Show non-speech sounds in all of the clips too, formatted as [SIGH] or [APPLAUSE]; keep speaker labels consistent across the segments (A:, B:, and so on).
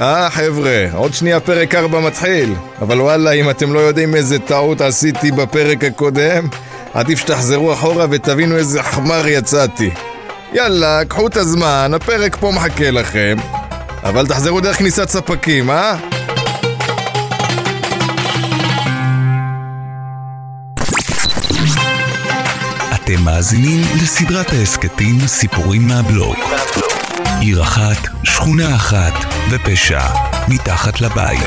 A: אה, חבר'ה, עוד שנייה פרק 4 מתחיל. אבל וואלה, אם אתם לא יודעים איזה טעות עשיתי בפרק הקודם, עדיף שתחזרו אחורה ותבינו איזה חמר יצאתי. יאללה, קחו את הזמן, הפרק פה מחכה לכם. אבל תחזרו דרך כניסת ספקים, אה?
B: אתם מאזינים לסדרת ההסכתים סיפורים מהבלוק. עיר אחת, שכונה אחת, ופשע מתחת לבית.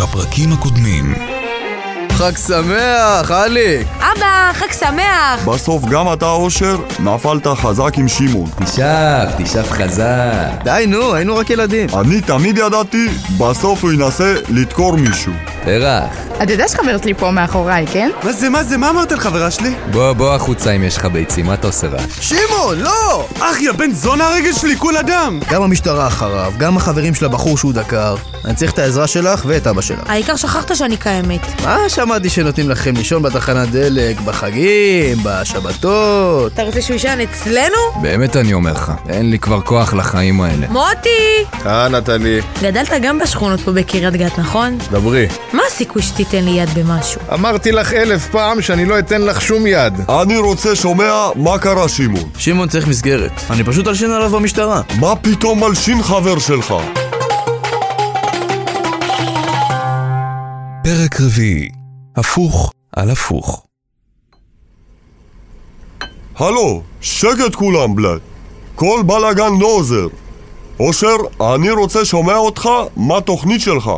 B: בפרקים הקודמים,
A: חג שמח, אלי!
C: אבא, חג שמח!
D: בסוף גם אתה, אושר, נפלת חזק עם שמעון.
E: תשאף, תשאף חזק.
F: די נו, היינו רק ילדים.
D: אני תמיד ידעתי, בסוף הוא ינסה לדקור מישהו.
E: פרח,
G: אתה יודע שחבר שלי פה מאחוריי, כן?
F: מה זה, מה זה, מה אמרת על חברה שלי?
E: בוא, בוא החוצה אם יש לך ביצים, מה אתה עושה רעש?
F: שמעון, לא!
D: אח, יא בן זונה הרגל שלי, כול אדם!
F: גם המשטרה אחריו, גם החברים של הבחור שהוא דקר. אני צריך את העזרה שלך ואת אבא שלך.
C: העיקר שכחת שאני קיימת.
F: מה שמעתי שנותנים לכם לישון בתחנת דלק, בחגים, בשבתות?
C: אתה רוצה שהוא יישן אצלנו?
E: באמת אני אומר לך, אין לי כבר כוח לחיים האלה.
C: מוטי!
A: אה, נטלי,
C: גדלת גם בשכונות פה בקריית גת, נכון?
A: דברי.
C: מה הסיכוי שתיתן לי יד במשהו?
A: אמרתי לך אלף פעם שאני לא אתן לך שום יד.
D: אני רוצה שומע מה קרה, שמעון.
F: שמעון צריך מסגרת. אני פשוט אלשין עליו במשטרה.
D: מה פתאום מלשין חבר שלך?
B: פרק רביעי, הפוך על הפוך.
D: הלו, שקט כולם, בלאט. כל בלאגן לא עוזר. אושר, אני רוצה שומע אותך, מה התוכנית שלך.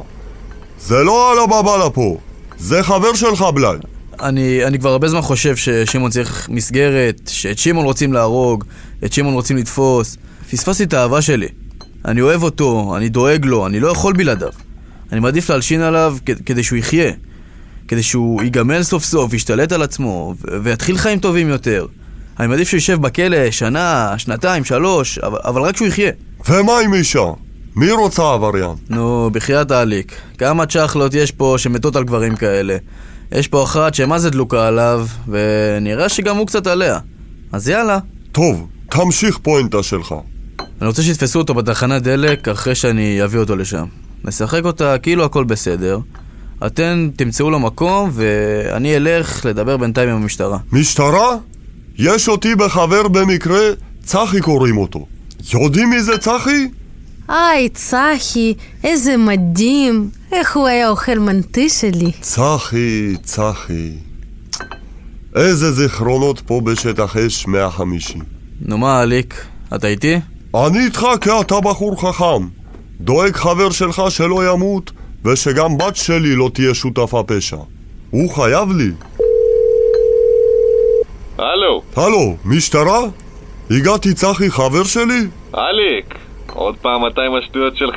D: זה לא על הבאבלה פה, זה חבר שלך, בלאט.
F: אני, אני כבר הרבה זמן חושב ששמעון צריך מסגרת, שאת שמעון רוצים להרוג, את שמעון רוצים לתפוס. פספסתי את האהבה שלי. אני אוהב אותו, אני דואג לו, אני לא יכול בלעדיו. אני מעדיף להלשין עליו כ- כדי שהוא יחיה. כדי שהוא ייגמל סוף סוף, ישתלט על עצמו, ו- ויתחיל חיים טובים יותר. אני מעדיף שהוא יישב בכלא שנה, שנתיים, שלוש, אבל, אבל רק שהוא יחיה.
D: ומה עם אישה? מי רוצה עבריין?
F: נו, בחייאת אליק, כמה צ'חלות יש פה שמתות על גברים כאלה? יש פה אחת שמה זה דלוקה עליו, ונראה שגם הוא קצת עליה. אז יאללה.
D: טוב, תמשיך פואנטה שלך.
F: אני רוצה שיתפסו אותו בתחנת דלק אחרי שאני אביא אותו לשם. נשחק אותה כאילו הכל בסדר. אתם תמצאו לו מקום, ואני אלך לדבר בינתיים עם המשטרה.
D: משטרה? יש אותי בחבר במקרה, צחי קוראים אותו. יודעים מי זה צחי?
H: היי, צחי, איזה מדהים. איך הוא היה אוכל מנטי שלי.
D: צחי, צחי. איזה זיכרונות פה בשטח אש 150.
F: נו מה, אליק, אתה איתי?
D: אני איתך כי אתה בחור חכם. דואג חבר שלך שלא ימות, ושגם בת שלי לא תהיה שותפה פשע. הוא חייב לי.
I: הלו,
D: הלו, משטרה? הגעתי צחי חבר שלי?
I: אליק, עוד פעם אתה עם השטויות שלך.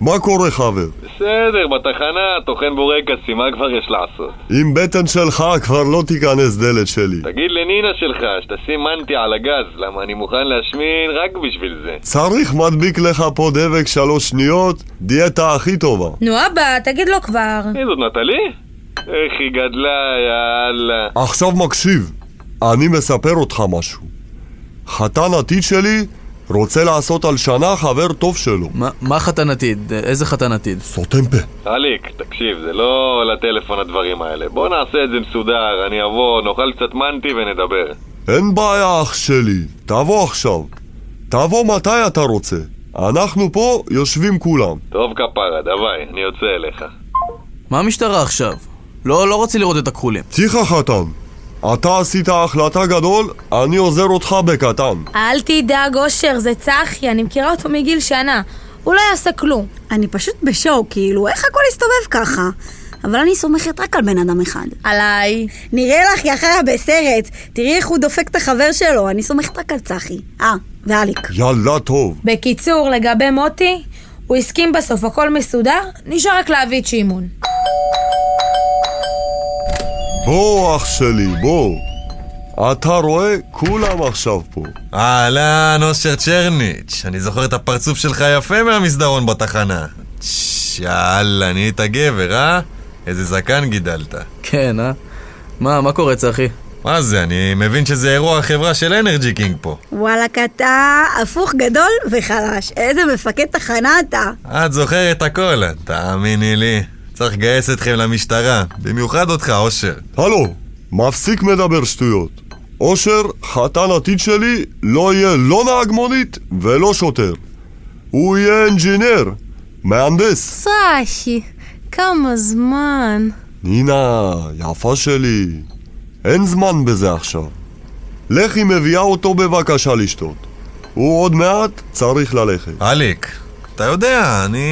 D: מה קורה חבר?
I: בסדר, בתחנה, טוחן בורקסים, מה כבר יש לעשות?
D: עם בטן שלך כבר לא תיכנס דלת שלי.
I: תגיד לנינה שלך שתשים מנטי על הגז, למה אני מוכן להשמין רק בשביל זה.
D: צריך מדביק לך פה דבק שלוש שניות, דיאטה הכי טובה.
C: נו אבא, תגיד לו כבר.
I: מי זאת נטלי? איך היא גדלה, יאללה.
D: עכשיו מקשיב, אני מספר אותך משהו. חתן עתיד שלי רוצה לעשות על שנה חבר טוב שלו.
F: מה, מה חתן עתיד? איזה חתן עתיד?
D: סותם פה.
I: אליק, תקשיב, זה לא לטלפון הדברים האלה. בוא נעשה את זה מסודר, אני אבוא, נאכל קצת מנטי ונדבר.
D: אין בעיה אח שלי, תבוא עכשיו. תבוא מתי אתה רוצה. אנחנו פה יושבים כולם.
I: טוב כפרה, דווי, אני יוצא אליך.
F: מה המשטרה עכשיו? לא, לא רוצה לראות את הכחולים.
D: תיכה חתן, אתה עשית החלטה גדול, אני עוזר אותך בקטן.
C: אל תדאג, אושר, זה צחי, אני מכירה אותו מגיל שנה. הוא לא יעשה כלום.
J: אני פשוט בשוק, כאילו, איך הכל הסתובב ככה? אבל אני סומכת רק על בן אדם אחד.
C: עליי.
J: נראה לך יחיה בסרט, תראי איך הוא דופק את החבר שלו, אני סומכת רק על צחי. אה, ואליק.
D: יאללה טוב.
C: בקיצור, לגבי מוטי, הוא הסכים בסוף, הכל מסודר, נשאר רק להביא את שמעון.
D: בוא אח שלי, בוא. אתה רואה? כולם עכשיו פה.
K: אהלן, אושר צ'רניץ', אני זוכר את הפרצוף שלך יפה מהמסדרון בתחנה. צ'ש, יאללה, נהיית גבר, אה? איזה זקן גידלת.
F: כן, אה? מה, מה קורה, צחי?
K: מה זה, אני מבין שזה אירוע החברה של אנרג'י קינג פה.
L: וואלכ, אתה הפוך גדול וחלש. איזה מפקד תחנה אתה.
K: את זוכרת הכל, תאמיני לי. צריך לגייס אתכם למשטרה, במיוחד אותך, אושר.
D: הלו, מפסיק מדבר שטויות. אושר, חתן עתיד שלי, לא יהיה לא נהג מונית ולא שוטר. הוא יהיה אנג'ינר, מהנדס.
G: צחי, כמה זמן.
D: נינה, יפה שלי, אין זמן בזה עכשיו. לכי מביאה אותו בבקשה לשתות. הוא עוד מעט צריך ללכת.
K: אליק, אתה יודע, אני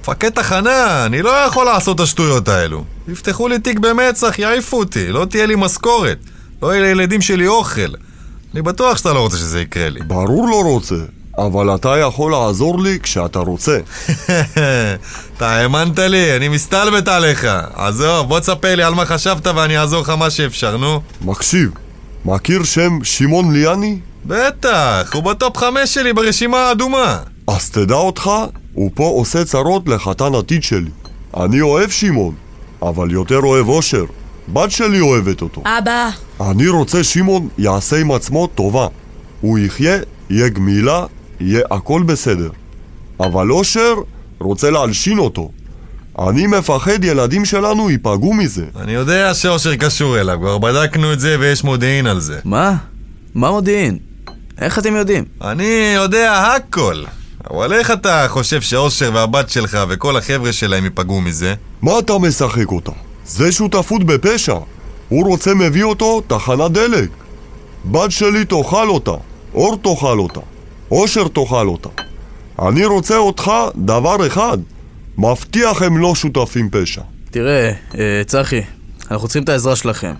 K: מפקד תחנה, אני לא יכול לעשות את השטויות האלו. יפתחו לי תיק במצח, יעיפו אותי, לא תהיה לי משכורת, לא יהיה לילדים שלי אוכל. אני בטוח שאתה לא רוצה שזה יקרה
A: [LAUGHS]
K: לי.
D: ברור לא רוצה, אבל אתה יכול לעזור לי כשאתה רוצה.
K: אתה האמנת לי, אני מסתלבט עליך. עזוב, בוא תספר לי על מה חשבת ואני אעזור לך מה שאפשר, נו.
D: מקשיב, מכיר שם שמעון ליאני?
K: בטח, הוא בטופ חמש שלי ברשימה האדומה.
D: אז תדע אותך, הוא פה עושה צרות לחתן עתיד שלי. אני אוהב שמעון, אבל יותר אוהב אושר. בת שלי אוהבת אותו.
C: אבא.
D: אני רוצה שמעון יעשה עם עצמו טובה. הוא יחיה, יהיה גמילה, יהיה הכל בסדר. אבל אושר רוצה להלשין אותו. אני מפחד ילדים שלנו ייפגעו מזה.
K: אני יודע שאושר קשור אליו, כבר בדקנו את זה ויש מודיעין על זה.
F: מה? מה מודיעין? איך אתם יודעים?
K: אני יודע הכל. אבל איך אתה חושב שאושר והבת שלך וכל החבר'ה שלהם ייפגעו מזה?
D: מה אתה משחק אותה? זה שותפות בפשע. הוא רוצה מביא אותו תחנת דלק. בת שלי תאכל אותה, אור תאכל אותה, אושר תאכל אותה. אני רוצה אותך דבר אחד, מבטיח הם לא שותפים פשע.
F: תראה, אה, צחי, אנחנו צריכים את העזרה שלכם.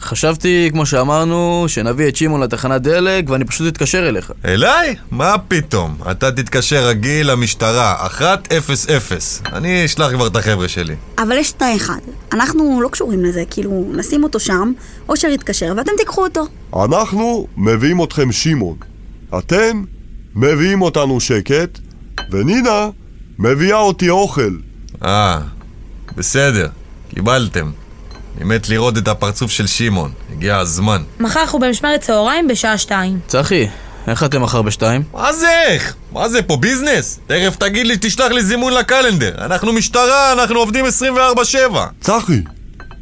F: חשבתי, כמו שאמרנו, שנביא את שמעון לתחנת דלק ואני פשוט אתקשר אליך.
K: אליי? מה פתאום? אתה תתקשר רגיל למשטרה, 1-0-0. אני אשלח כבר את החבר'ה שלי.
L: אבל יש תנאי אחד, אנחנו לא קשורים לזה, כאילו, נשים אותו שם, אושר יתקשר ואתם תיקחו אותו.
D: אנחנו מביאים אתכם שמעון. אתם מביאים אותנו שקט, ונינה מביאה אותי אוכל.
K: אה, בסדר, קיבלתם. אני מת לראות את הפרצוף של שמעון, הגיע הזמן.
C: מחר אנחנו במשמרת צהריים בשעה שתיים.
F: צחי, איך אתם מחר בשתיים?
K: מה זה איך? מה זה פה ביזנס? תכף תגיד לי, תשלח לי זימון לקלנדר. אנחנו משטרה, אנחנו עובדים 24-7.
D: צחי,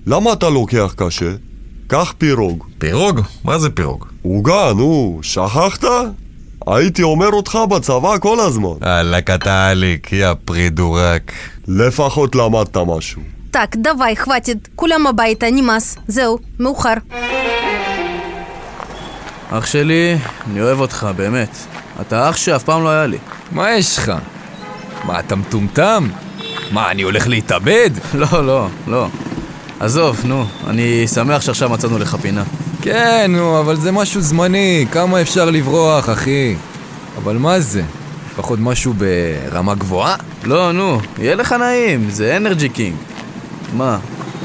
D: למה אתה לוקח קשה? קח פירוג.
K: פירוג? מה זה פירוג?
D: עוגה, נו, שכחת? הייתי אומר אותך בצבא כל הזמן.
K: אלק אתה אליק, יא פרידורק.
D: לפחות למדת משהו.
G: Так, давай, хватит. כולם הביתה, נמאס. זהו, מאוחר.
F: אח שלי, אני אוהב אותך, באמת. אתה אח שאף פעם לא היה לי. [LAUGHS]
I: מה יש לך? מה, אתה מטומטם? מה, אני הולך להתאבד?
F: לא, לא, לא. עזוב, נו, אני שמח שעכשיו מצאנו לך פינה.
I: כן, נו, אבל זה משהו זמני, כמה אפשר לברוח, אחי? אבל מה זה? לפחות משהו ברמה גבוהה?
F: לא, נו, יהיה לך נעים, זה אנרג'י קינג. מה,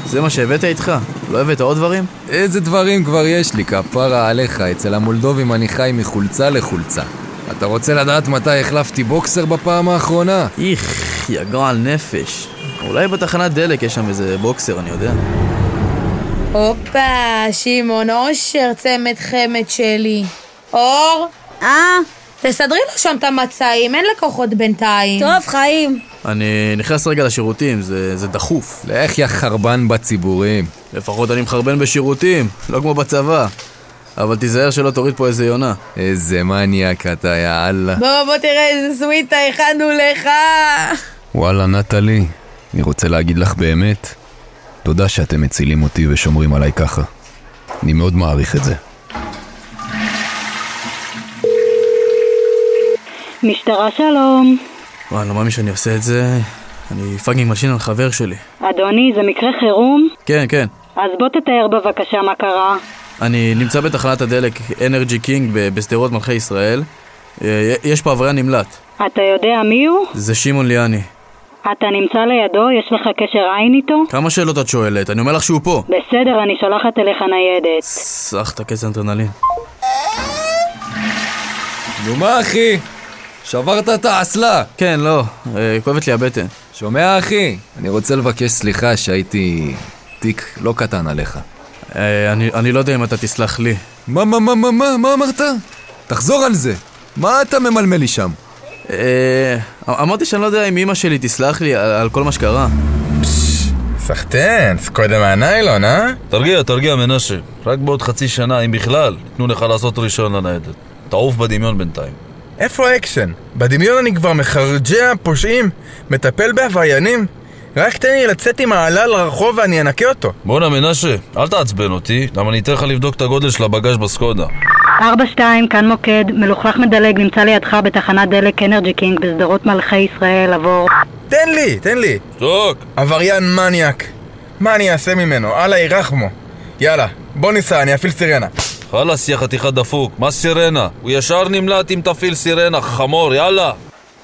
F: זה מה שהבאת איתך? לא הבאת עוד דברים?
I: איזה דברים כבר יש לי, כפרה עליך, אצל המולדובים אני חי מחולצה לחולצה. אתה רוצה לדעת מתי החלפתי בוקסר בפעם האחרונה?
F: איך, יא גועל נפש. אולי בתחנת דלק יש שם איזה בוקסר, אני יודע.
C: הופה, שמעון אושר, צמד חמד שלי. אור?
L: אה?
C: תסדרי לו שם את המצעים, אין לקוחות בינתיים.
L: טוב, חיים.
F: אני נכנס רגע לשירותים, זה, זה דחוף.
I: לך יא חרבן בציבורים.
F: לפחות אני מחרבן בשירותים, לא כמו בצבא. אבל תיזהר שלא תוריד פה איזה יונה.
I: איזה מניאק אתה, יא אללה.
C: בוא, בוא תראה איזה סוויטה הכנו לך.
M: וואלה, נטלי, אני רוצה להגיד לך באמת, תודה שאתם מצילים אותי ושומרים עליי ככה. אני מאוד מעריך את זה.
N: משטרה שלום.
F: וואי, אני לא מאמין שאני עושה את זה. אני פאגינג מלשין על חבר שלי.
N: אדוני, זה מקרה חירום?
F: כן, כן.
N: אז בוא תתאר בבקשה מה קרה.
F: אני נמצא בתחנת הדלק אנרג'י קינג ב- בשדרות מלכי ישראל. אה, יש פה עבריין נמלט.
N: אתה יודע מי הוא?
F: זה שמעון ליאני.
N: אתה נמצא לידו? יש לך קשר עין איתו?
F: כמה שאלות את שואלת? אני אומר לך שהוא פה.
N: בסדר, אני שולחת אליך ניידת.
F: סח, תקץ אנטרנלין.
I: נו מה, אחי? שברת את האסלה.
F: כן, לא. אה, כואבת לי הבטן.
I: שומע, אחי? אני רוצה לבקש סליחה שהייתי תיק לא קטן עליך.
F: אה, אני, אני לא יודע אם אתה תסלח לי.
I: מה, מה, מה, מה, מה, מה אמרת? תחזור על זה. מה אתה ממלמל לי שם?
F: אה, אמרתי שאני לא יודע אם אמא שלי תסלח לי על, על כל מה שקרה.
O: סחטן, קודם מהניילון, אה? תרגיע, תרגיע, מנשה. רק בעוד חצי שנה, אם בכלל, ייתנו לך לעשות ראשון לניידת. תעוף בדמיון בינתיים.
P: איפה האקשן? בדמיון אני כבר מחרג'ע פושעים, מטפל בעבריינים. רק תן לי לצאת עם העלה לרחוב ואני אנקה אותו.
O: בואנה, מנשה, אל תעצבן אותי, למה אני אתן לך לבדוק את הגודל של הבגאז' בסקודה.
N: 42, כאן מוקד, מלוכלך מדלג נמצא לידך בתחנת דלק אנרג'י קינג בשדרות מלכי ישראל עבור...
P: תן לי, תן לי.
O: שתוק.
P: עבריין מניאק. מה אני אעשה ממנו? אללה ירחמו. יאללה, בוא ניסע, אני אפעיל סירנה.
O: חלאס, יא חתיכה דפוק, מה סירנה? הוא ישר נמלט אם תפעיל סירנה, חמור, יאללה.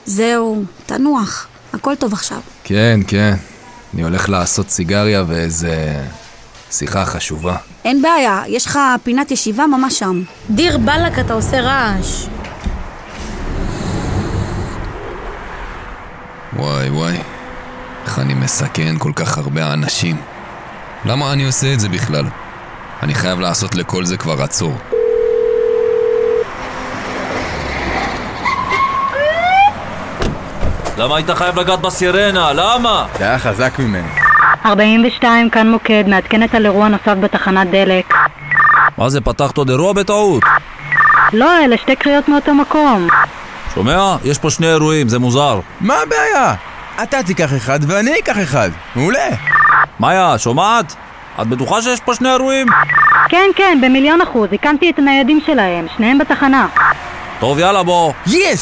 L: זהו, תנוח, הכל טוב עכשיו.
I: כן, כן. אני הולך לעשות סיגריה ואיזה... שיחה חשובה.
L: אין בעיה, יש לך פינת ישיבה ממש שם.
C: דיר באלק, אתה עושה רעש.
M: וואי וואי, איך אני מסכן כל כך הרבה אנשים. למה אני עושה את זה בכלל? אני חייב לעשות לכל זה כבר עצור.
O: למה היית חייב לגעת בסירנה? למה?
I: זה היה חזק ממני.
N: 42, כאן מוקד, מעדכנת על אירוע נוסף בתחנת דלק.
O: מה זה, פתחת עוד אירוע בטעות?
N: לא, אלה שתי קריאות מאותו מקום.
O: שומע? יש פה שני אירועים, זה מוזר.
P: מה הבעיה? אתה תיקח אחד ואני אקח אחד. מעולה.
O: מאיה, שומעת? את בטוחה שיש פה שני אירועים?
N: כן, כן, במיליון אחוז, הקמתי את הניידים שלהם, שניהם בתחנה.
O: טוב, יאללה, בוא.
P: יש!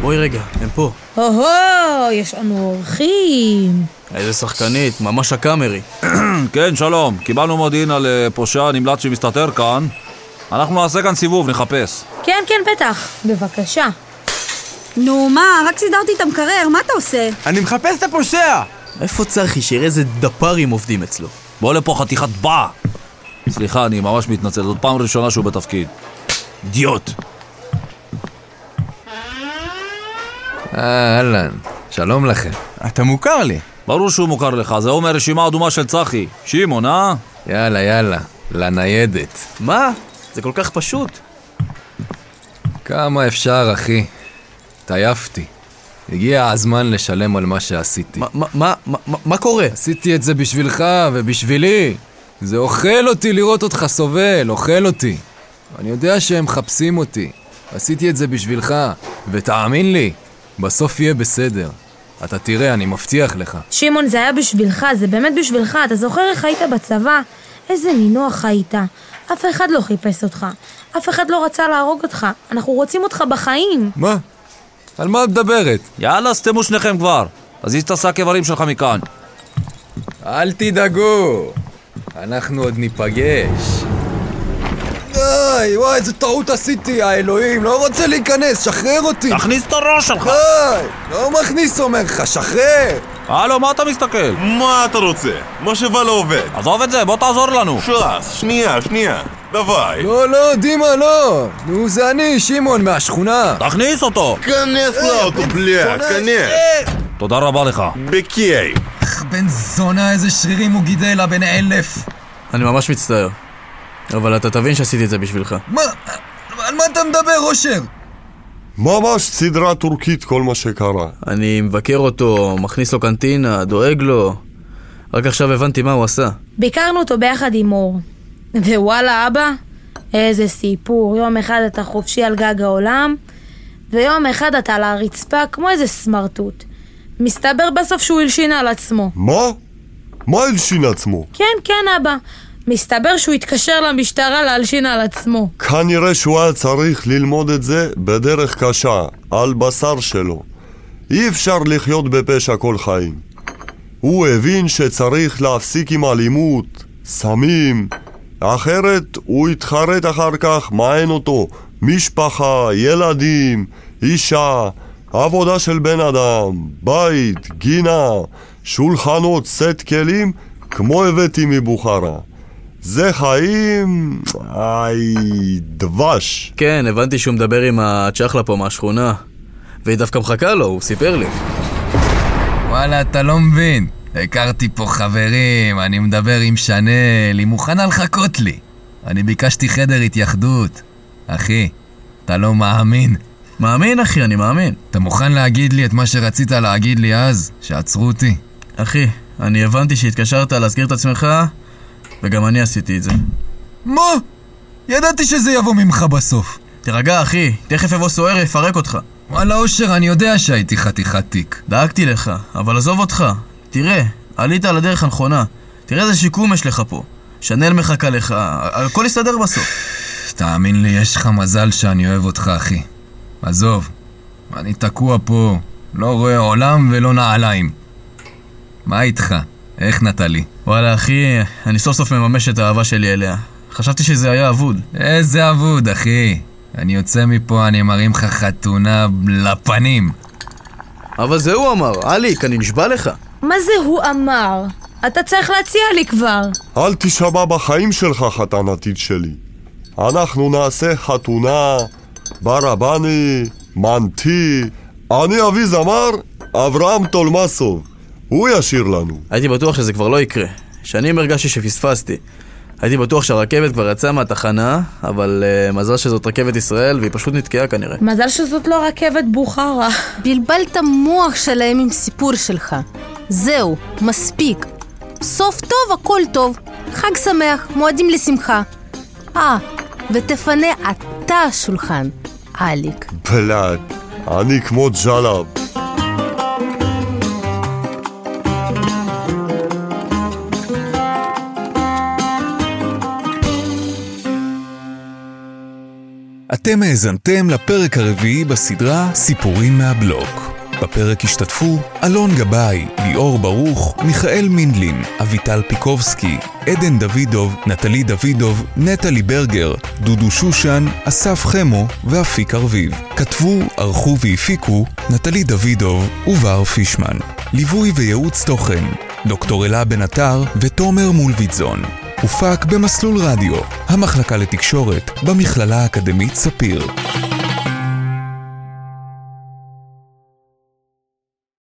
F: בואי רגע, הם פה.
C: הו-הו, יש לנו אורחים.
F: איזה שחקנית, ממש הקאמרי.
O: כן, שלום. קיבלנו מודיעין על אה, פושע נמלט שמסתתר כאן. אנחנו נעשה כאן סיבוב, נחפש.
C: כן, כן, בטח. בבקשה.
L: נו, מה, רק סידרתי את המקרר, מה אתה עושה?
F: אני מחפש את הפושע! איפה צחי, שיראה איזה דפ"רים עובדים אצלו.
O: בוא לפה חתיכת בא! סליחה, אני ממש מתנצל, זאת פעם ראשונה שהוא בתפקיד. אידיוט.
I: אה, אהלן. שלום לכם.
P: אתה מוכר לי.
O: ברור שהוא מוכר לך, זה הוא מהרשימה האדומה של צחי. שמעון, אה?
I: יאללה, יאללה. לניידת.
F: מה? זה כל כך פשוט.
I: כמה אפשר, אחי? התעייפתי. הגיע הזמן לשלם על מה שעשיתי. מה,
F: מה, מה, מה קורה?
I: עשיתי את זה בשבילך ובשבילי. זה אוכל אותי לראות אותך סובל, אוכל אותי. אני יודע שהם מחפשים אותי. עשיתי את זה בשבילך, ותאמין לי, בסוף יהיה בסדר. אתה תראה, אני מבטיח לך.
C: שמעון, זה היה בשבילך, זה באמת בשבילך. אתה זוכר איך היית בצבא? איזה נינוח היית. אף אחד לא חיפש אותך. אף אחד לא רצה להרוג אותך. אנחנו רוצים אותך בחיים.
I: מה? על מה את מדברת?
O: יאללה, סתמו שניכם כבר. תזיז את השק איברים שלך מכאן.
I: אל תדאגו, אנחנו עוד ניפגש. די, וואי, איזה טעות עשיתי, האלוהים, לא רוצה להיכנס, שחרר אותי.
O: תכניס את הראש שלך.
I: די, לא מכניס אומר לך, שחרר.
O: הלו, מה אתה מסתכל?
Q: מה אתה רוצה? מה שבא לא עובד.
O: עזוב את זה, בוא תעזור לנו.
Q: שרס, שנייה, שנייה. דווי.
I: לא, לא, דימה, לא. נו, זה אני, שמעון, מהשכונה.
O: תכניס אותו.
Q: כנס לאוטו, בלאט, כנס.
O: תודה רבה לך.
Q: בכייף.
I: אך בן זונה, איזה שרירים הוא גידל, הבן אלף.
F: אני ממש מצטער. אבל אתה תבין שעשיתי את זה בשבילך.
I: מה? על מה אתה מדבר, אושר?
D: ממש סדרה טורקית כל מה שקרה.
F: אני מבקר אותו, מכניס לו קנטינה, דואג לו. רק עכשיו הבנתי מה הוא עשה.
C: ביקרנו אותו ביחד עם אור. ווואלה, אבא, איזה סיפור. יום אחד אתה חופשי על גג העולם, ויום אחד אתה על הרצפה כמו איזה סמרטוט. מסתבר בסוף שהוא הלשין על עצמו.
D: מה? מה הלשין עצמו?
C: כן, כן, אבא. מסתבר שהוא התקשר למשטרה להלשין על עצמו.
D: כנראה שהוא היה צריך ללמוד את זה בדרך קשה, על בשר שלו. אי אפשר לחיות בפשע כל חיים. הוא הבין שצריך להפסיק עם אלימות, סמים, אחרת הוא יתחרט אחר כך, מען אותו, משפחה, ילדים, אישה, עבודה של בן אדם, בית, גינה, שולחנות, סט כלים, כמו הבאתי מבוכרה. זה חיים... איי, דבש.
F: כן, הבנתי שהוא מדבר עם הצ'חלה פה מהשכונה. והיא דווקא מחכה לו, הוא סיפר לי.
I: וואלה, אתה לא מבין.
M: הכרתי פה חברים, אני מדבר עם שנל, היא מוכנה לחכות לי. אני ביקשתי חדר התייחדות. אחי, אתה לא מאמין.
F: מאמין, אחי, אני מאמין.
M: אתה מוכן להגיד לי את מה שרצית להגיד לי אז, שעצרו אותי?
F: אחי, אני הבנתי שהתקשרת להזכיר את עצמך, וגם אני עשיתי את זה.
M: מה? ידעתי שזה יבוא ממך בסוף.
F: תירגע, אחי, תכף יבוא סוהר יפרק אותך.
M: וואלה, אושר, אני יודע שהייתי חתיכת תיק.
F: דאגתי לך, אבל עזוב אותך. תראה, עלית על הדרך הנכונה. תראה איזה שיקום יש לך פה. שנל מחכה לך, הכל יסתדר בסוף.
M: תאמין לי, יש לך מזל שאני אוהב אותך, אחי. עזוב, אני תקוע פה, לא רואה עולם ולא נעליים. מה איתך? איך נטלי?
F: וואלה, אחי, אני סוף סוף מממש את האהבה שלי אליה. חשבתי שזה היה אבוד.
M: איזה אבוד, אחי. אני יוצא מפה, אני מרים לך חתונה לפנים.
F: אבל זה הוא אמר, אליק, אני נשבע לך.
C: מה זה הוא אמר? אתה צריך להציע לי כבר.
D: אל תישמע בחיים שלך, חתן עתיד שלי. אנחנו נעשה חתונה, ברבני, מנטי. אני אבי זמר, אברהם טולמסוב. הוא ישיר לנו.
F: הייתי בטוח שזה כבר לא יקרה. שנים הרגשתי שפספסתי. הייתי בטוח שהרכבת כבר יצאה מהתחנה, אבל uh, מזל שזאת רכבת ישראל והיא פשוט נתקעה כנראה.
C: מזל שזאת לא רכבת בוכרה.
G: בלבלת מוח שלהם עם סיפור שלך. זהו, מספיק. סוף טוב, הכל טוב. חג שמח, מועדים לשמחה. אה, ותפנה אתה שולחן, אליק.
D: בלאט, אני כמו ג'לאב.
B: אתם האזנתם לפרק הרביעי בסדרה סיפורים מהבלוק. בפרק השתתפו אלון גבאי, ליאור ברוך, מיכאל מינדלין, אביטל פיקובסקי, עדן דוידוב, נטלי דוידוב, נטלי ברגר, דודו שושן, אסף חמו ואפיק ארביב. כתבו, ערכו והפיקו נטלי דוידוב ובר פישמן. ליווי וייעוץ תוכן דוקטור אלה בן עטר ותומר מולביטזון. הופק במסלול רדיו, המחלקה לתקשורת במכללה האקדמית ספיר.